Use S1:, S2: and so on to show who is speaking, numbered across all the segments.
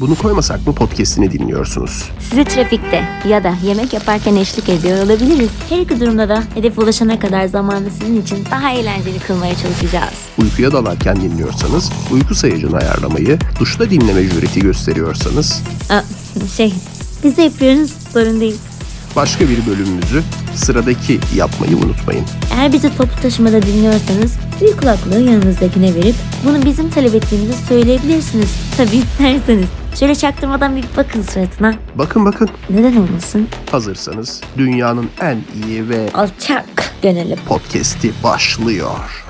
S1: Bunu koymasak mı podcastini dinliyorsunuz?
S2: Sizi trafikte ya da yemek yaparken eşlik ediyor olabiliriz. Her iki durumda da hedefe ulaşana kadar zamanı sizin için daha eğlenceli kılmaya çalışacağız.
S1: Uykuya dalarken dinliyorsanız uyku sayacını ayarlamayı, duşta dinleme jüreti gösteriyorsanız
S2: Aa, şey, biz de yapıyoruz, sorun değil.
S1: başka bir bölümümüzü sıradaki yapmayı unutmayın.
S2: Eğer bizi toplu taşımada dinliyorsanız bir kulaklığı yanınızdakine verip bunu bizim talep ettiğimizi söyleyebilirsiniz. Tabii isterseniz. Şöyle çaktırmadan bir bakın suratına.
S1: Bakın bakın
S2: Neden olmasın?
S1: hazırsanız dünyanın en iyi ve
S2: Alçak gönüllü.
S1: podcast'i başlıyor.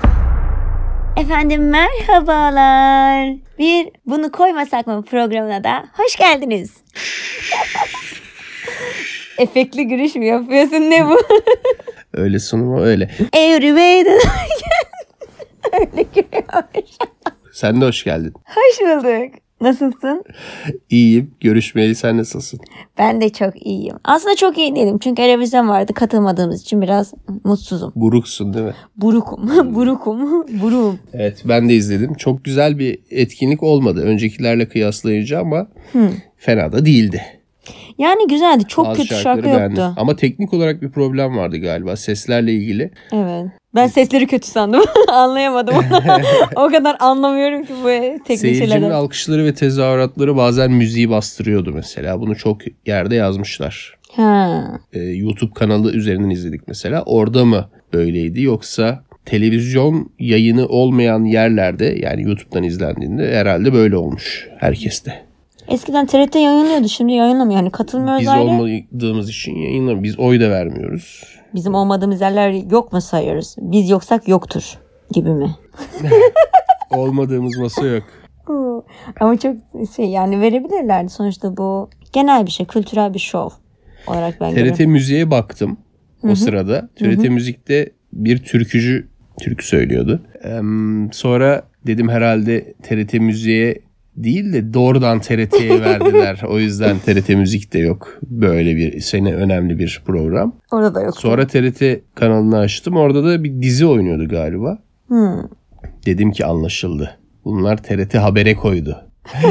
S2: Efendim merhabalar. Bir bunu koymasak mı programına da hoş geldiniz. Efektli gülüş mü yapıyorsun ne bu?
S1: Öyle sunumu öyle.
S2: Every way that I can. Öyle gülüyor.
S1: Sen de hoş geldin.
S2: Hoş bulduk. Nasılsın?
S1: İyiyim. Görüşmeyeli sen nasılsın?
S2: Ben de çok iyiyim. Aslında çok iyi değilim. Çünkü revizyon vardı. Katılmadığımız için biraz mutsuzum.
S1: Buruksun değil mi?
S2: Burukum. Burukum. Buruğum.
S1: Evet ben de izledim. Çok güzel bir etkinlik olmadı. Öncekilerle kıyaslayınca ama fena da değildi.
S2: Yani güzeldi. Çok
S1: Bazı
S2: kötü şarkı
S1: şarkıları beğendim.
S2: yoktu.
S1: Ama teknik olarak bir problem vardı galiba seslerle ilgili.
S2: Evet. Ben sesleri kötü sandım. Anlayamadım onu. o kadar anlamıyorum ki bu teknik
S1: Seyircinin
S2: şeylerden.
S1: alkışları ve tezahüratları bazen müziği bastırıyordu mesela. Bunu çok yerde yazmışlar.
S2: Ha.
S1: Ee, YouTube kanalı üzerinden izledik mesela. Orada mı böyleydi yoksa televizyon yayını olmayan yerlerde yani YouTube'dan izlendiğinde herhalde böyle olmuş herkeste.
S2: Eskiden TRT yayınlıyordu. Şimdi yayınlamıyor. Yani katılmıyoruz
S1: Biz
S2: ayrı.
S1: olmadığımız için yayınlamıyoruz. Biz oy da vermiyoruz.
S2: Bizim olmadığımız yerler yok mu sayıyoruz? Biz yoksak yoktur gibi mi?
S1: Olmadığımız masa yok.
S2: Oo. Ama çok şey yani verebilirlerdi. Sonuçta bu genel bir şey. Kültürel bir şov olarak ben
S1: TRT
S2: görüyorum.
S1: Müziğe baktım o sırada. TRT Müzik'te bir türkücü türkü söylüyordu. Em, sonra dedim herhalde TRT Müziğe değil de doğrudan TRT'ye verdiler. o yüzden TRT Müzik de yok. Böyle bir sene önemli bir program.
S2: Orada da yok.
S1: Sonra TRT kanalını açtım. Orada da bir dizi oynuyordu galiba.
S2: Hmm.
S1: Dedim ki anlaşıldı. Bunlar TRT habere koydu.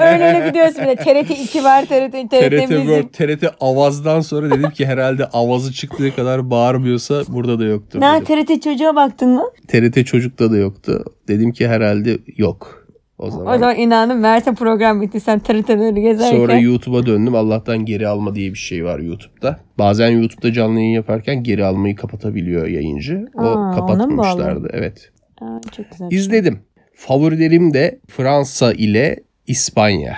S2: Öyle öyle gidiyoruz bile. TRT 2 var, TRT, TRT,
S1: TRT World,
S2: müzik.
S1: TRT Avaz'dan sonra dedim ki herhalde Avaz'ı çıktığı kadar bağırmıyorsa burada da yoktur.
S2: Ne
S1: dedim.
S2: TRT çocuğa baktın mı?
S1: TRT Çocuk'ta da yoktu. Dedim ki herhalde yok. O zaman,
S2: O zaman inandım Mert'e program bitti. Sen TRT'leri gezerken.
S1: sonra YouTube'a döndüm. Allah'tan geri alma diye bir şey var YouTube'da. Bazen YouTube'da canlı yayın yaparken geri almayı kapatabiliyor yayıncı. O
S2: Aa, ona mı
S1: kapatmamışlardı. Evet.
S2: Aa, çok güzel.
S1: İzledim. Favorilerim de Fransa ile İspanya.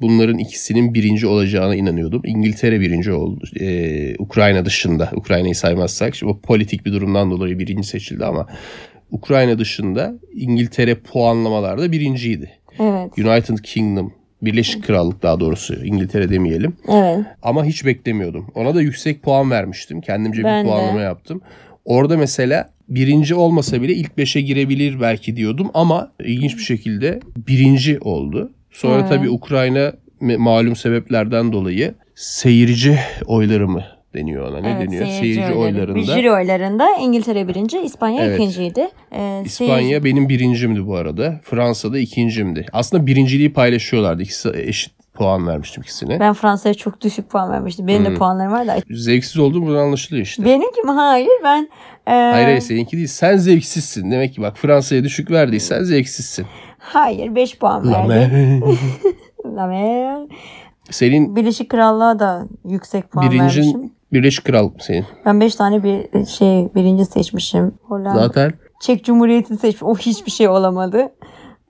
S1: Bunların ikisinin birinci olacağına inanıyordum. İngiltere birinci oldu. Ee, Ukrayna dışında. Ukrayna'yı saymazsak. Şimdi o politik bir durumdan dolayı birinci seçildi ama Ukrayna dışında İngiltere puanlamalarda birinciydi.
S2: Evet.
S1: United Kingdom, Birleşik Krallık daha doğrusu İngiltere demeyelim.
S2: Evet.
S1: Ama hiç beklemiyordum. Ona da yüksek puan vermiştim. Kendimce
S2: Ben
S1: bir
S2: de.
S1: puanlama yaptım. Orada mesela birinci olmasa bile ilk beşe girebilir belki diyordum ama ilginç bir şekilde birinci oldu. Sonra
S2: Evet.
S1: tabii Ukrayna me- malum sebeplerden dolayı seyirci oyları mı deniyor ona? Ne
S2: evet,
S1: deniyor? Seyirci, oylarında.
S2: Jüri oylarında İngiltere birinci, İspanya
S1: Evet.
S2: ikinciydi. Ee, seyirci-
S1: İspanya benim birincimdi bu arada. Fransa'da ikincimdi. Aslında birinciliği paylaşıyorlardı. İkisi eşit puan vermiştim ikisine.
S2: Ben Fransa'ya çok düşük puan vermiştim. Benim
S1: Hmm.
S2: de puanlarım var da.
S1: Zevksiz olduğum buradan anlaşılıyor işte.
S2: Benimki mi? Hayır ben. e,
S1: Hayır hayır seninki değil. Sen zevksizsin. Demek ki bak Fransa'ya düşük verdiysen zevksizsin.
S2: Hayır 5 puan verdim. Lame.
S1: senin
S2: Birleşik Krallığa da yüksek puan vermişim.
S1: birincin Birleşik Krallık mı senin?
S2: Ben 5 tane bir şey birinci seçmişim. Hollanda.
S1: Zaten
S2: Çek Cumhuriyeti'ni seçmiş. O hiçbir şey olamadı.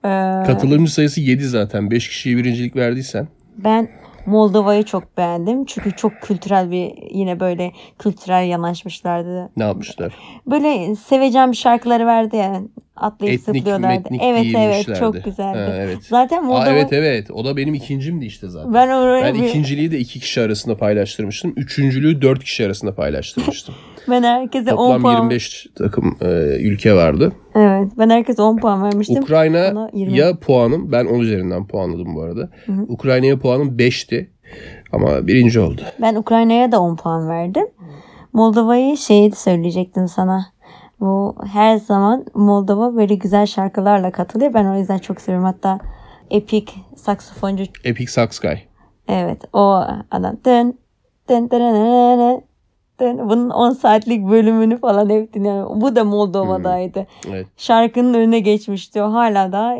S2: Ee,
S1: katılımcı sayısı 7 zaten. 5 kişiye birincilik verdiysen.
S2: Ben Moldova'yı çok beğendim. Çünkü çok kültürel bir yine böyle kültürel yanaşmışlardı.
S1: Ne yapmışlar?
S2: Böyle seveceğim bir şarkıları vardı ya. Atlayıp
S1: Etnik,
S2: zıplıyorlardı.
S1: metnik
S2: Evet evet
S1: giyinmişlerdi.
S2: çok güzeldi.
S1: Ha, evet.
S2: Zaten Moldova
S1: Aa, evet evet. O da benim ikincimdi işte zaten.
S2: ben oraya
S1: Ben
S2: bir-
S1: ikinciliği de iki kişi arasında paylaştırmıştım. Üçüncülüğü dört kişi arasında paylaştırmıştım.
S2: ben herkese 10
S1: Toplam
S2: puan
S1: 25 takım e, ülke vardı.
S2: Evet ben herkese 10 puan vermiştim. Ona yirmi.
S1: Ukrayna'ya puanım ben 10 üzerinden puanladım bu arada. Ukrayna'ya puanım 5'ti ama birinci oldu.
S2: Ben Ukrayna'ya da 10 puan verdim. Moldova'yı şey söyleyecektim sana. Bu her zaman Moldova böyle güzel şarkılarla katılıyor. Ben o yüzden çok seviyorum. Hatta epik saksafoncu
S1: Epic Sax Guy.
S2: Evet o adam dın dın dın dın dın dın dın. bunun 10 saatlik bölümünü falan hep dinliyorum. Bu da Moldova'daydı.
S1: Evet.
S2: Şarkının önüne geçmişti o hala da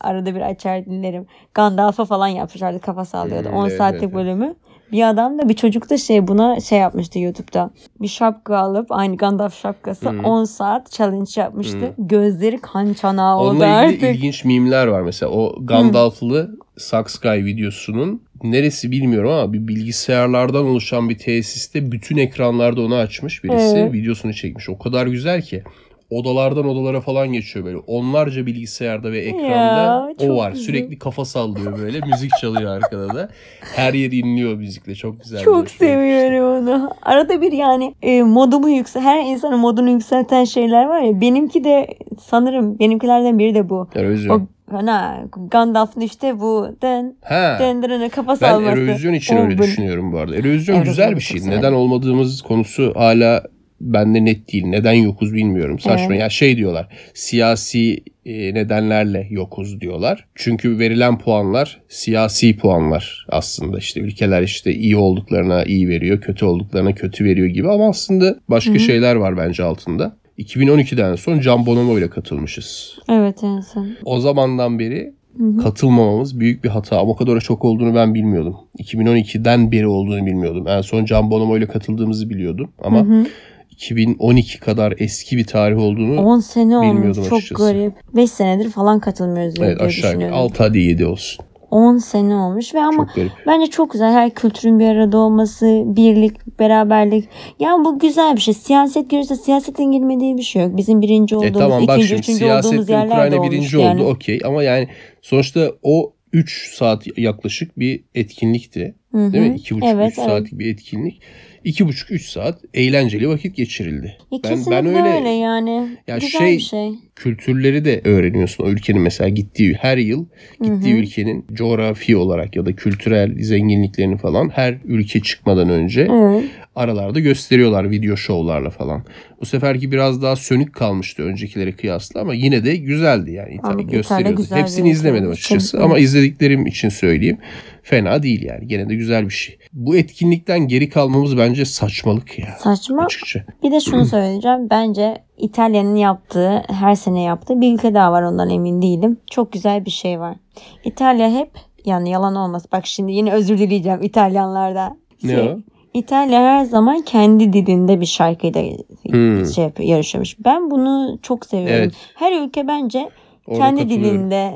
S2: arada bir açar dinlerim. Gandalf'a falan yapmışlardı kafa sallıyordu
S1: Hmm,
S2: 10
S1: evet,
S2: saatlik
S1: evet, evet.
S2: bölümü. Bir adam da bir çocuk da şey buna şey yapmıştı YouTube'da. Bir şapka alıp aynı Gandalf şapkası
S1: Hmm.
S2: 10 saat challenge yapmıştı. Gözleri kan çanağı oldu
S1: Onunla ilgili
S2: artık.
S1: ilginç mimler var mesela. O Gandalf'lı Sax Guy videosunun neresi bilmiyorum ama bir bilgisayarlardan oluşan bir tesiste bütün ekranlarda onu açmış birisi.
S2: Evet.
S1: Videosunu çekmiş. O kadar güzel ki odalardan odalara falan geçiyor böyle. Onlarca bilgisayarda ve ekranda
S2: çok
S1: o var.
S2: güzel.
S1: Sürekli kafa sallıyor böyle. Müzik çalıyor arkada da. Her yer inliyor müzikle. Çok güzel. bir şey.
S2: Çok
S1: hoşuma gitmişti.
S2: seviyorum onu. Arada bir yani e, modumu yüksel her insanın modunu yükselten şeyler var ya. Benimki de sanırım benimkilerden biri de bu. O
S1: Eurovision.
S2: ana Gandalf'ın işte bu den
S1: Ha.
S2: den den kafa
S1: Ben
S2: salması.
S1: Eurovision için
S2: O
S1: öyle
S2: böyle-
S1: düşünüyorum bu arada. Eurovision
S2: Eurovision
S1: güzel bir
S2: çok
S1: şey.
S2: severim.
S1: Neden olmadığımız konusu hala bende net değil. Neden yokuz bilmiyorum. Saçma.
S2: Evet.
S1: Ya şey diyorlar. Siyasi e, nedenlerle yokuz diyorlar. Çünkü verilen puanlar siyasi puanlar aslında. işte ülkeler işte iyi olduklarına iyi veriyor, kötü olduklarına kötü veriyor gibi ama aslında başka
S2: Hı hı.
S1: şeyler var bence altında. 2012'den sonra Can Bonomo ile katılmışız.
S2: Evet evet. sen.
S1: O zamandan beri
S2: Hı hı.
S1: katılmamamız büyük bir hata. Ama o kadar çok olduğunu ben bilmiyordum. 2012'den beri olduğunu bilmiyordum. En son Can Bonomo ile katıldığımızı biliyordum. Ama
S2: Hı hı.
S1: 2012 kadar eski bir tarih olduğunu
S2: 10 sene olmuş.
S1: bilmiyordum
S2: Çok
S1: açıkçası.
S2: garip. 5 senedir falan katılmıyoruz diye
S1: evet, aşağı yukarı
S2: düşünüyorum.
S1: 6 hadi 7 olsun.
S2: 10 sene olmuş ve ama
S1: çok garip. E,
S2: Bence çok güzel her kültürün bir arada olması, birlik, beraberlik. Yani bu güzel bir şey. Siyaset görürse siyasetin girmediği bir şey yok. Bizim birinci
S1: E
S2: olduğumuz,
S1: tamam bak
S2: ikinci,
S1: şimdi
S2: üçüncü
S1: siyasette
S2: olduğumuz yerler de
S1: Ukrayna
S2: olmuş
S1: birinci
S2: yani.
S1: oldu okey. Ama yani sonuçta o 3 saat yaklaşık bir etkinlikti.
S2: Hı hı.
S1: Değil mi? 2,5-3
S2: Evet, evet.
S1: saatlik bir etkinlik. 2,5-3 saat eğlenceli vakit geçirildi.
S2: Ya
S1: Ben- ben
S2: kesinlikle öyle,
S1: öyle-
S2: yani.
S1: Ya
S2: güzel
S1: şey-
S2: bir şey.
S1: kültürleri de öğreniyorsun. O ülkenin mesela gittiği her yıl gittiği ülkenin coğrafi olarak ya da kültürel zenginliklerini falan her ülke çıkmadan önce
S2: Evet.
S1: aralarda gösteriyorlar video şovlarla falan. Bu seferki biraz daha sönük kalmıştı öncekilere kıyasla ama yine de güzeldi yani.
S2: Ama
S1: İtalya
S2: İtalya
S1: gösteriyordu.
S2: güzel bir
S1: Hepsini
S2: ülke.
S1: izlemedim açıkçası
S2: Tabii.
S1: ama izlediklerim için söyleyeyim. Fena değil yani. Gene de güzel bir şey. Bu etkinlikten geri kalmamız bence saçmalık ya.
S2: Saçma.
S1: Açıkça.
S2: Bir de şunu söyleyeceğim. Bence İtalya'nın yaptığı, her sene yaptığı bir ülke daha var ondan emin değilim. Çok güzel bir şey var. İtalya hep yani yalan olmaz. Bak şimdi yine özür dileyeceğim İtalyanlarda.
S1: Ne
S2: Şey,
S1: o?
S2: İtalya her zaman kendi dilinde bir şarkıyla
S1: Hmm.
S2: şey yapıyor, yarışıyormuş. Ben bunu çok seviyorum.
S1: Evet.
S2: Her ülke bence
S1: Orada
S2: kendi
S1: katılıyorum.
S2: dilinde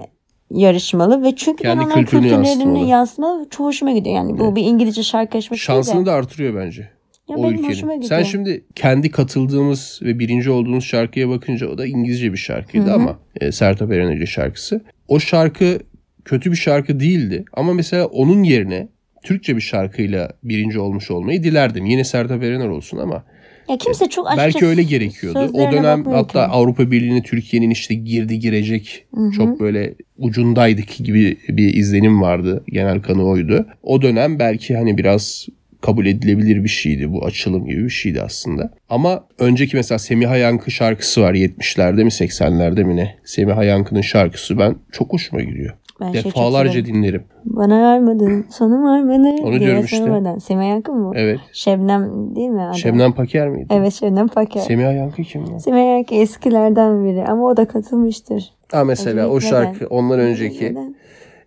S2: yarışmalı ve çünkü
S1: Kendi
S2: ben onların
S1: kültürünü
S2: kültürlerini
S1: yansıtmalı.
S2: yansıtmalı ve çok hoşuma gidiyor. Yani bu
S1: Evet.
S2: bir İngilizce şarkı yarışması değil
S1: Şansını
S2: Şey de.
S1: da artırıyor bence.
S2: Ya
S1: o
S2: benim hoşuma
S1: ülkenin.
S2: gidiyor.
S1: Sen şimdi kendi katıldığımız ve birinci olduğumuz şarkıya bakınca o da İngilizce bir şarkıydı
S2: Hı hı.
S1: ama e, Sertab Erener'in şarkısı. O şarkı kötü bir şarkı değildi ama mesela onun yerine Türkçe bir şarkıyla birinci olmuş olmayı dilerdim. Yine Sertab Erener olsun ama
S2: Ya kimse çok açıkça
S1: belki öyle gerekiyordu. O
S2: sözlerine
S1: dönem
S2: bakmıyor
S1: hatta
S2: ki.
S1: Avrupa Birliği'ne Türkiye'nin işte girdi girecek
S2: Hı hı.
S1: çok böyle ucundaydık gibi bir izlenim vardı. Genel kanı oydu. O dönem belki hani biraz kabul edilebilir bir şeydi. Bu açılım gibi bir şeydi aslında. Ama önceki mesela Semiha Yankı şarkısı var 70'lerde mi 80'lerde mi ne? Semiha Yankı'nın şarkısı ben çok hoşuma gidiyor.
S2: Ben şey çok
S1: Defalarca
S2: severim.
S1: dinlerim.
S2: Bana vermedin, sana vermedin.
S1: Onu
S2: diye
S1: diyorum işte.
S2: sormadan. Sema Yankı mı? bu?
S1: Evet.
S2: Şebnem değil mi? Adam?
S1: Şebnem Paker miydi?
S2: Evet Şebnem Paker.
S1: Semiha Yankı kim ya?
S2: Sema Yankı eskilerden biri ama o da katılmıştır.
S1: Ha mesela o
S2: Acemi
S1: şarkı
S2: Neden?
S1: ondan önceki.
S2: Neden?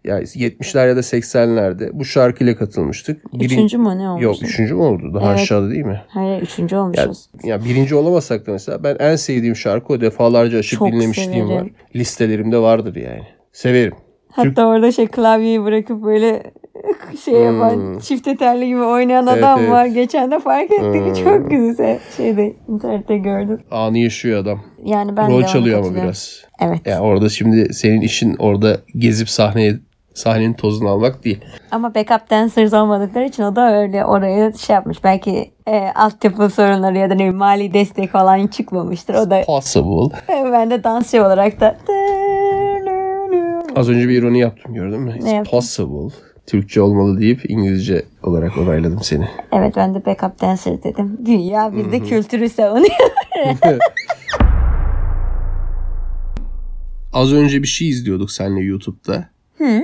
S1: Ya 70'ler ya da 80'lerde bu şarkıyla katılmıştık. Birin-
S2: Üçüncü mü ne olmuş?
S1: Yok üçüncü mü oldu? Daha
S2: Evet.
S1: aşağıda değil mi?
S2: Hayır üçüncü olmuşuz.
S1: Ya birinci olamasak da mesela ben en sevdiğim şarkı o defalarca açıp
S2: Çok
S1: dinlemişliğim
S2: severim.
S1: var. Listelerimde vardır yani. Severim.
S2: Hatta orada şey klavyeyi bırakıp böyle şey yapan
S1: Hmm.
S2: çifte telli gibi oynayan
S1: Evet,
S2: adam
S1: evet.
S2: var. Geçen de fark ettik.
S1: Hmm.
S2: Çok güzel. Şeyde internette gördüm.
S1: Anı yaşıyor adam.
S2: Yani ben de
S1: Rol
S2: ona
S1: çalıyor ama
S2: katılıyorum.
S1: biraz.
S2: Evet.
S1: Ya orada şimdi senin işin orada gezip sahneye sahnenin tozunu almak değil.
S2: Ama backup dancers olmadıkları için o da öyle oraya şey yapmış. Belki e, altyapı sorunları ya da ne bileyim, mali destek falan çıkmamıştır. O da
S1: Possible.
S2: ben de dansçı olarak da
S1: Az önce bir ironi yaptım gördün mü? It's
S2: yaptın?
S1: possible. Türkçe olmalı deyip İngilizce olarak onayladım seni.
S2: Evet ben de backup dancer dedim. Dünya bizde kültürü savunuyor.
S1: Az önce bir şey izliyorduk seninle YouTube'da.
S2: Hı,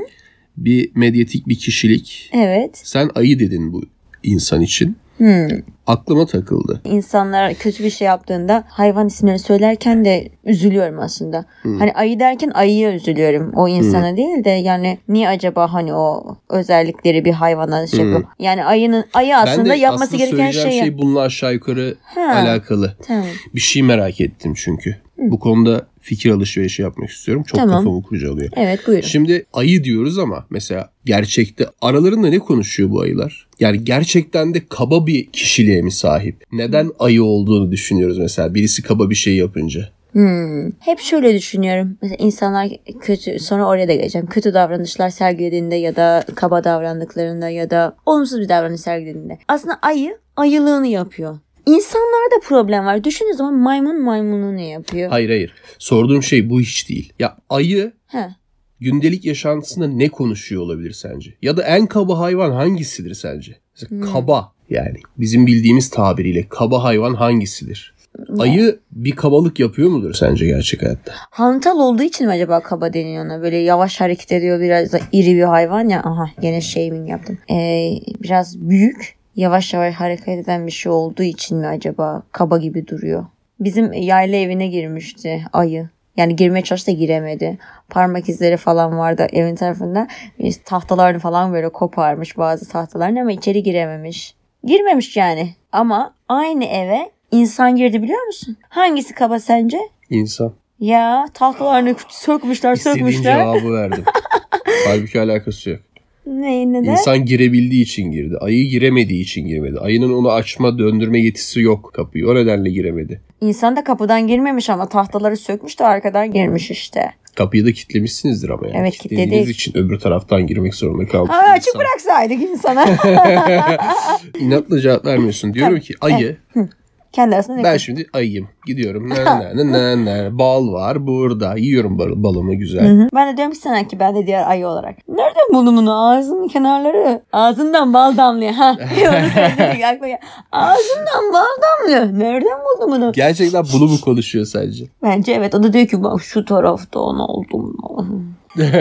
S1: Bir medyatik bir kişilik.
S2: evet.
S1: Sen ayı dedin bu insan için.
S2: Hı.
S1: Aklıma takıldı.
S2: İnsanlar kötü bir şey yaptığında hayvan isimlerini söylerken de üzülüyorum aslında. Hani ayı derken ayıya üzülüyorum. O insana değil de yani niye acaba hani o özellikleri bir hayvana şey
S1: Hı.
S2: yapıyor? Yani ayının ayı aslında yapması
S1: aslında
S2: gereken
S1: söyleyeceğim
S2: şeyi.
S1: şey bununla aşağı yukarı
S2: Ha.
S1: alakalı.
S2: Tamam.
S1: Bir şey merak ettim çünkü. Bu konuda fikir alışverişi yapmak istiyorum. Çok
S2: Tamam.
S1: kafamı kurcalıyor.
S2: Evet buyurun.
S1: Şimdi ayı diyoruz ama mesela gerçekte aralarında ne konuşuyor bu ayılar? Yani gerçekten de kaba bir kişiliğe mi sahip? Neden ayı olduğunu düşünüyoruz mesela birisi kaba bir şey yapınca.
S2: Hmm. Hep şöyle düşünüyorum. Mesela insanlar kötü, sonra oraya da geleceğim. Kötü davranışlar sergilediğinde ya da kaba davrandıklarında ya da olumsuz bir davranış sergilediğinde. Aslında ayı ayılığını yapıyor. İnsanlarda problem var. Düşündüğün zaman maymun maymunluğunu yapıyor.
S1: Hayır hayır. Sorduğum şey bu hiç değil. Ya ayı
S2: Ha.
S1: gündelik yaşantısında ne konuşuyor olabilir sence? Ya da en kaba hayvan hangisidir sence? Mesela Kaba yani bizim bildiğimiz tabiriyle kaba hayvan hangisidir? Ayı bir kabalık yapıyor mudur sence gerçek hayatta?
S2: Hantal olduğu için mi acaba kaba deniyor ona? Böyle yavaş hareket ediyor. Biraz da iri bir hayvan ya. Aha gene shaming yaptım. Ee, biraz büyük. Yavaş yavaş hareket eden bir şey olduğu için mi acaba kaba gibi duruyor? Bizim yayla evine girmişti ayı. Yani girmeye çalıştı da giremedi. Parmak izleri falan vardı evin tarafında. Biz tahtalarını falan böyle koparmış bazı tahtalarını ama içeri girememiş. Girmemiş yani. Ama aynı eve insan girdi biliyor musun? Hangisi kaba sence?
S1: İnsan.
S2: Ya tahtalarını sökmüşler
S1: İstediğin
S2: sökmüşler.
S1: cevabı verdim. Halbuki alakası yok.
S2: Ne ne de?
S1: İnsan girebildiği için girdi. Ayı giremediği için girmedi. Ayının onu açma, döndürme yetisi yok kapıyı. O nedenle giremedi.
S2: İnsan da kapıdan girmemiş ama tahtaları sökmüş de arkadan girmiş işte.
S1: Kapıyı da kitlemişsinizdir ama yani.
S2: Evet,
S1: Kilitlediğiniz
S2: kilitledik.
S1: için öbür taraftan girmek zorunda kalmış.
S2: Aa, açık
S1: insan.
S2: bıraksaydık insana.
S1: İnatla cevap vermiyorsun. Diyorum ki ayı.
S2: Kendi arasında ne
S1: Ben şimdi ayıyım. Gidiyorum. Na, na, na, na, na. Bal var burada. Yiyorum bal- balımı güzel.
S2: Hı hı. Ben de diyorum ki sana ki ben de diğer ayı olarak. Nereden buldun bunu? Ağzının kenarları. Ağzından bal damlıyor. Ha. Onu söyledik, aklıma gel- Ağzından bal damlıyor. Nereden buldun bunu?
S1: Gerçekten bunu mu konuşuyor sadece?
S2: Bence evet. O da diyor ki bak şu tarafta onu oldum.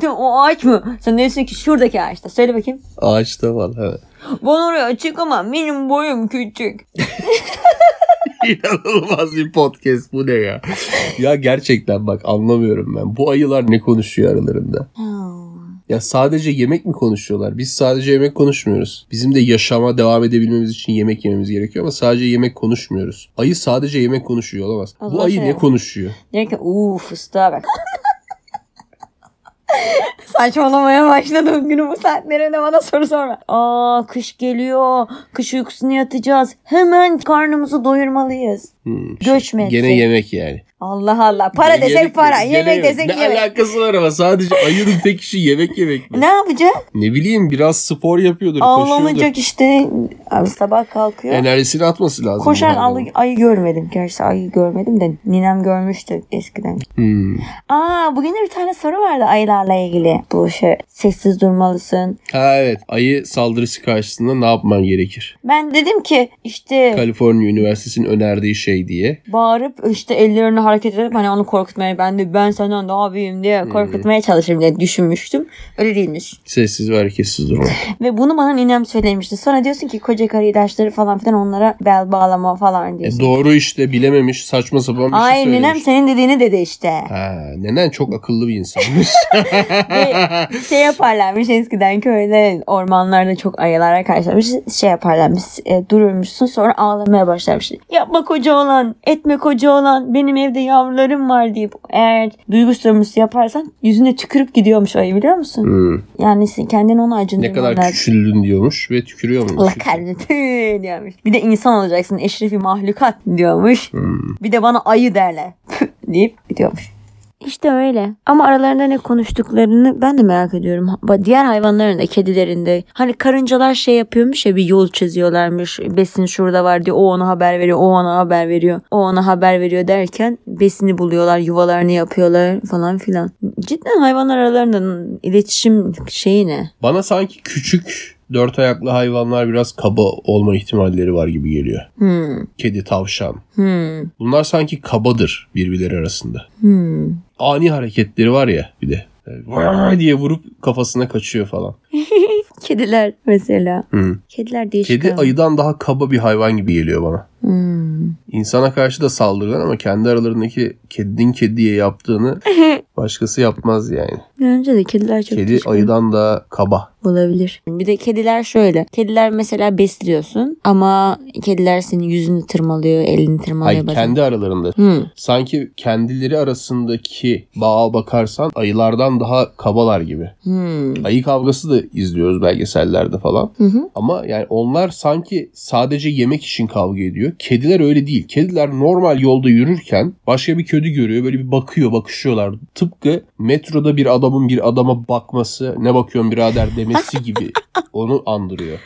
S2: De, o ağaç mı? Sen diyorsun ki şuradaki ağaçta. Söyle bakayım.
S1: Ağaçta falan. Evet.
S2: Ben oraya çıkamam. Benim boyum küçük.
S1: İnanılmaz bir podcast bu ne ya? ya gerçekten bak anlamıyorum ben. Bu ayılar ne konuşuyor aralarında?
S2: Hmm.
S1: Ya sadece yemek mi konuşuyorlar? Biz sadece yemek konuşmuyoruz. Bizim de yaşama devam edebilmemiz için yemek yememiz gerekiyor ama sadece yemek konuşmuyoruz. Ayı sadece yemek konuşuyor olamaz.
S2: O
S1: Bu
S2: zaman
S1: ayı
S2: şey
S1: ne
S2: yap.
S1: konuşuyor?
S2: Diyor ki uuu fıstığa bak. Saçmalamaya başladım günü bu saatlerinde bana soru sorma. Aa kış geliyor. Kış uykusuna yatacağız. Hemen karnımızı doyurmalıyız.
S1: Hmm.
S2: Göçmek.
S1: Gene yemek yani.
S2: Allah Allah. Para
S1: Gene
S2: desek
S1: yemek
S2: para.
S1: yani. Gene
S2: Yemek desek
S1: Ne
S2: yemek.
S1: alakası var ama sadece ayının tek işi yemek yemek mi?
S2: Ne yapacağız?
S1: Ne bileyim biraz spor yapıyordur, koşuyordur.
S2: Avlanacak işte. Abi sabah kalkıyor.
S1: Enerjisini atması lazım.
S2: Koşan
S1: bu hayvanın.
S2: ayı, ayı görmedim. Gerçi ayı görmedim de ninem görmüştü eskiden.
S1: Hmm.
S2: Aa bugün de bir tane soru vardı ayılarla ilgili. Bu şey sessiz durmalısın.
S1: Ha evet. Ayı saldırısı karşısında ne yapman gerekir?
S2: Ben dedim ki işte
S1: Kaliforniya Üniversitesi'nin önerdiği şey diye.
S2: bağırıp işte ellerini hareket edip hani onu korkutmaya ben de ben senden daha büyüğüm
S1: Hmm.
S2: diye korkutmaya çalışırım diye düşünmüştüm. Öyle değilmiş.
S1: Sessiz ve hareketsiz durma.
S2: Ve bunu bana ninem söylemişti. Sonra diyorsun ki koca karı ilaçları falan filan onlara bel bağlama falan
S1: E,
S2: diyorsun.
S1: doğru işte bilememiş saçma sapan bir şey
S2: Ay
S1: söylemiş.
S2: ninem senin dediğini dedi işte.
S1: Ha, nenen çok akıllı bir insanmış.
S2: Ve şey yaparlarmış eskiden köyde ormanlarda çok ayılara karşılarmış şey yaparlarmış e, dururmuşsun sonra ağlamaya başlarmış. Yapma koca olan etme koca olan benim evde yavrularım var deyip eğer duygu sömürüsü yaparsan yüzüne tükürüp gidiyormuş ayı biliyor musun?
S1: Hmm.
S2: Yani sen kendini ona
S1: Ne
S2: acındırman
S1: kadar
S2: lazım.
S1: küçüldün diyormuş ve tükürüyor
S2: Allah
S1: mu?
S2: kahretsin tüh diyormuş. Bir de insan olacaksın eşrefi mahlukat diyormuş. Bir de bana ayı derler Püh deyip gidiyormuş. İşte öyle. Ama aralarında ne konuştuklarını ben de merak ediyorum. Ba- Diğer hayvanların da kedilerin de. Hani karıncalar şey yapıyormuş ya bir yol çiziyorlarmış. Besin şurada var diyor. O ona haber veriyor. O ona haber veriyor. O ona haber veriyor derken besini buluyorlar. Yuvalarını yapıyorlar falan filan. Cidden hayvanlar aralarında iletişim şeyi ne?
S1: Bana sanki küçük dört ayaklı hayvanlar biraz kaba olma ihtimalleri var gibi geliyor.
S2: Hmm.
S1: Kedi, tavşan.
S2: Hmm.
S1: Bunlar sanki kabadır birbirleri arasında.
S2: Hmm.
S1: Ani hareketleri var ya bir de. "Vaa!" diye vurup kafasına kaçıyor falan.
S2: Kediler mesela.
S1: Hı.
S2: Kediler değişik.
S1: Kedi
S2: hayvan.
S1: ayıdan daha kaba bir hayvan gibi geliyor bana.
S2: Hmm.
S1: İnsana karşı da saldırgan ama kendi aralarındaki kedinin kediye yaptığını başkası yapmaz yani.
S2: Bence de kediler çok
S1: Kedi
S2: değişik
S1: ayıdan daha kaba.
S2: olabilir. Bir de kediler şöyle. Kediler mesela besliyorsun ama kediler senin yüzünü tırmalıyor, elini tırmalıyor.
S1: Hayır
S2: bazen.
S1: kendi aralarında.
S2: Hmm.
S1: Sanki kendileri arasındaki bağa bakarsan ayılardan daha kabalar gibi.
S2: Hmm.
S1: Ayı kavgası da izliyoruz belgesellerde falan.
S2: Hı hı.
S1: Ama yani onlar sanki sadece yemek için kavga ediyor. Kediler öyle değil. Kediler normal yolda yürürken başka bir kedi görüyor. Böyle bir bakıyor, bakışıyorlar. Tıpkı metroda bir adamın bir adama bakması, ne bakıyorsun birader demesi gibi onu andırıyor.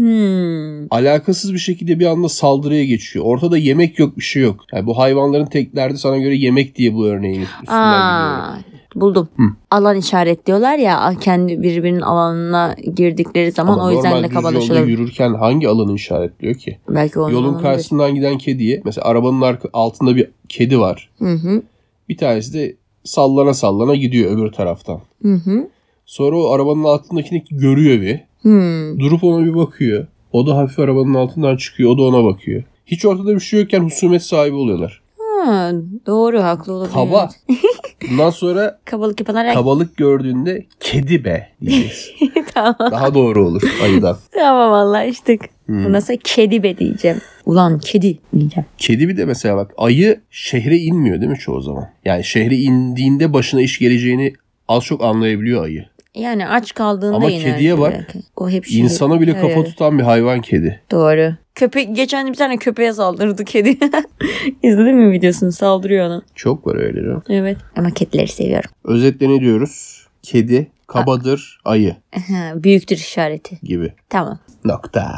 S2: Hmm.
S1: Alakasız bir şekilde bir anda saldırıya geçiyor. Ortada yemek yok, bir şey yok. Yani bu hayvanların tek derdi sana göre yemek diye bu örneğin üstünden gidiyorum.
S2: Aa, buldum.
S1: Hı.
S2: Alan işaret diyorlar ya kendi birbirinin alanına girdikleri zaman
S1: Ama
S2: o yüzden
S1: normal
S2: şey- de
S1: düz yolda
S2: kabalaşıyorlar.
S1: yürürken hangi alanı işaretliyor ki?
S2: Belki onun
S1: Yolun
S2: alanıdır.
S1: karşısından giden kediye mesela arabanın arka, altında bir kedi var.
S2: Hı hı.
S1: Bir tanesi de sallana sallana gidiyor öbür taraftan.
S2: Hı hı.
S1: Sonra o arabanın altındakini görüyor bir.
S2: Hmm.
S1: Durup ona bir bakıyor. O da hafif arabanın altından çıkıyor. O da ona bakıyor. Hiç ortada bir şey yokken husumet sahibi oluyorlar.
S2: Ha, doğru haklı olabilir.
S1: Kaba. Bundan sonra
S2: Kabalık yapan her
S1: kabalık gördüğünde kedi be diyeceğiz.
S2: tamam.
S1: Daha doğru olur ayıdan.
S2: Tamam anlaştık.
S1: Hmm.
S2: Bundan sonra kedi be diyeceğim. Ulan kedi diyeceğim.
S1: Kedi bir de mesela bak ayı şehre inmiyor değil mi çoğu zaman? Yani şehre indiğinde başına iş geleceğini az çok anlayabiliyor ayı.
S2: Yani aç kaldığında
S1: Ama
S2: iner
S1: kediye bak.
S2: belki. O hep şey.
S1: İnsana bile kafa
S2: Evet,
S1: tutan bir hayvan kedi.
S2: Doğru. Köpek, geçen bir tane köpeğe saldırdı kedi. İzledin mi videosunu? Saldırıyor ona.
S1: Çok var öyle. canım.
S2: Evet. Ama kedileri seviyorum.
S1: Özetle ne diyoruz? Kedi kabadır ayı
S2: Aha, Büyüktür işareti.
S1: gibi.
S2: Tamam.
S1: Nokta.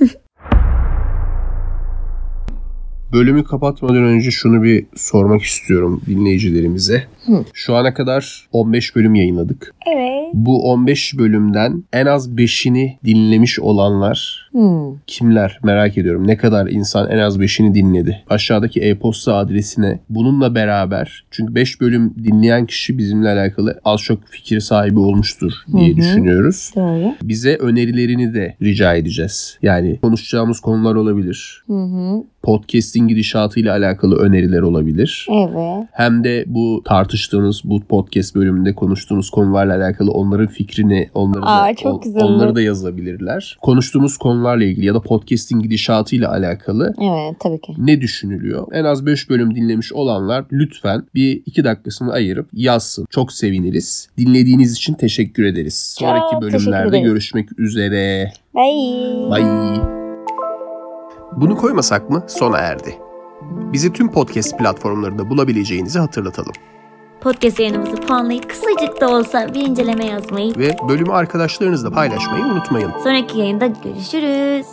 S1: Bölümü kapatmadan önce şunu bir sormak istiyorum dinleyicilerimize.
S2: Hı.
S1: Şu ana kadar 15 bölüm yayınladık.
S2: Evet.
S1: Bu 15 bölümden en az 5'ini dinlemiş olanlar
S2: Hmm.
S1: kimler merak ediyorum. Ne kadar insan en az 5'ini dinledi. Aşağıdaki e-posta adresine bununla beraber çünkü 5 bölüm dinleyen kişi bizimle alakalı az çok fikir sahibi olmuştur diye
S2: Hı hı.
S1: düşünüyoruz.
S2: Doğru.
S1: Bize önerilerini de rica edeceğiz. Yani konuşacağımız konular olabilir.
S2: Hı hı.
S1: Podcast'in gidişatıyla alakalı öneriler olabilir.
S2: Evet.
S1: Hem de bu tartıştığımız bu podcast bölümünde konuştuğumuz konularla alakalı onların fikrini onları da,
S2: Aa, çok güzel olur.
S1: onları da yazabilirler. Konuştuğumuz konularla ilgili ya da podcast'in gidişatıyla alakalı
S2: Evet tabii ki.
S1: ne düşünülüyor? En az 5 bölüm dinlemiş olanlar lütfen bir 2 dakikasını ayırıp yazsın. Çok seviniriz. Dinlediğiniz için teşekkür ederiz.
S2: Çok
S1: Sonraki
S2: teşekkür
S1: bölümlerde
S2: ederiz.
S1: görüşmek üzere.
S2: Bye.
S1: Bye. Bunu koymasak mı sona erdi. Bizi tüm podcast platformlarında bulabileceğinizi hatırlatalım.
S3: Podcast yayınımızı puanlayıp kısacık da olsa bir inceleme yazmayı.
S1: ve bölümü arkadaşlarınızla paylaşmayı unutmayın.
S3: Sonraki yayında görüşürüz.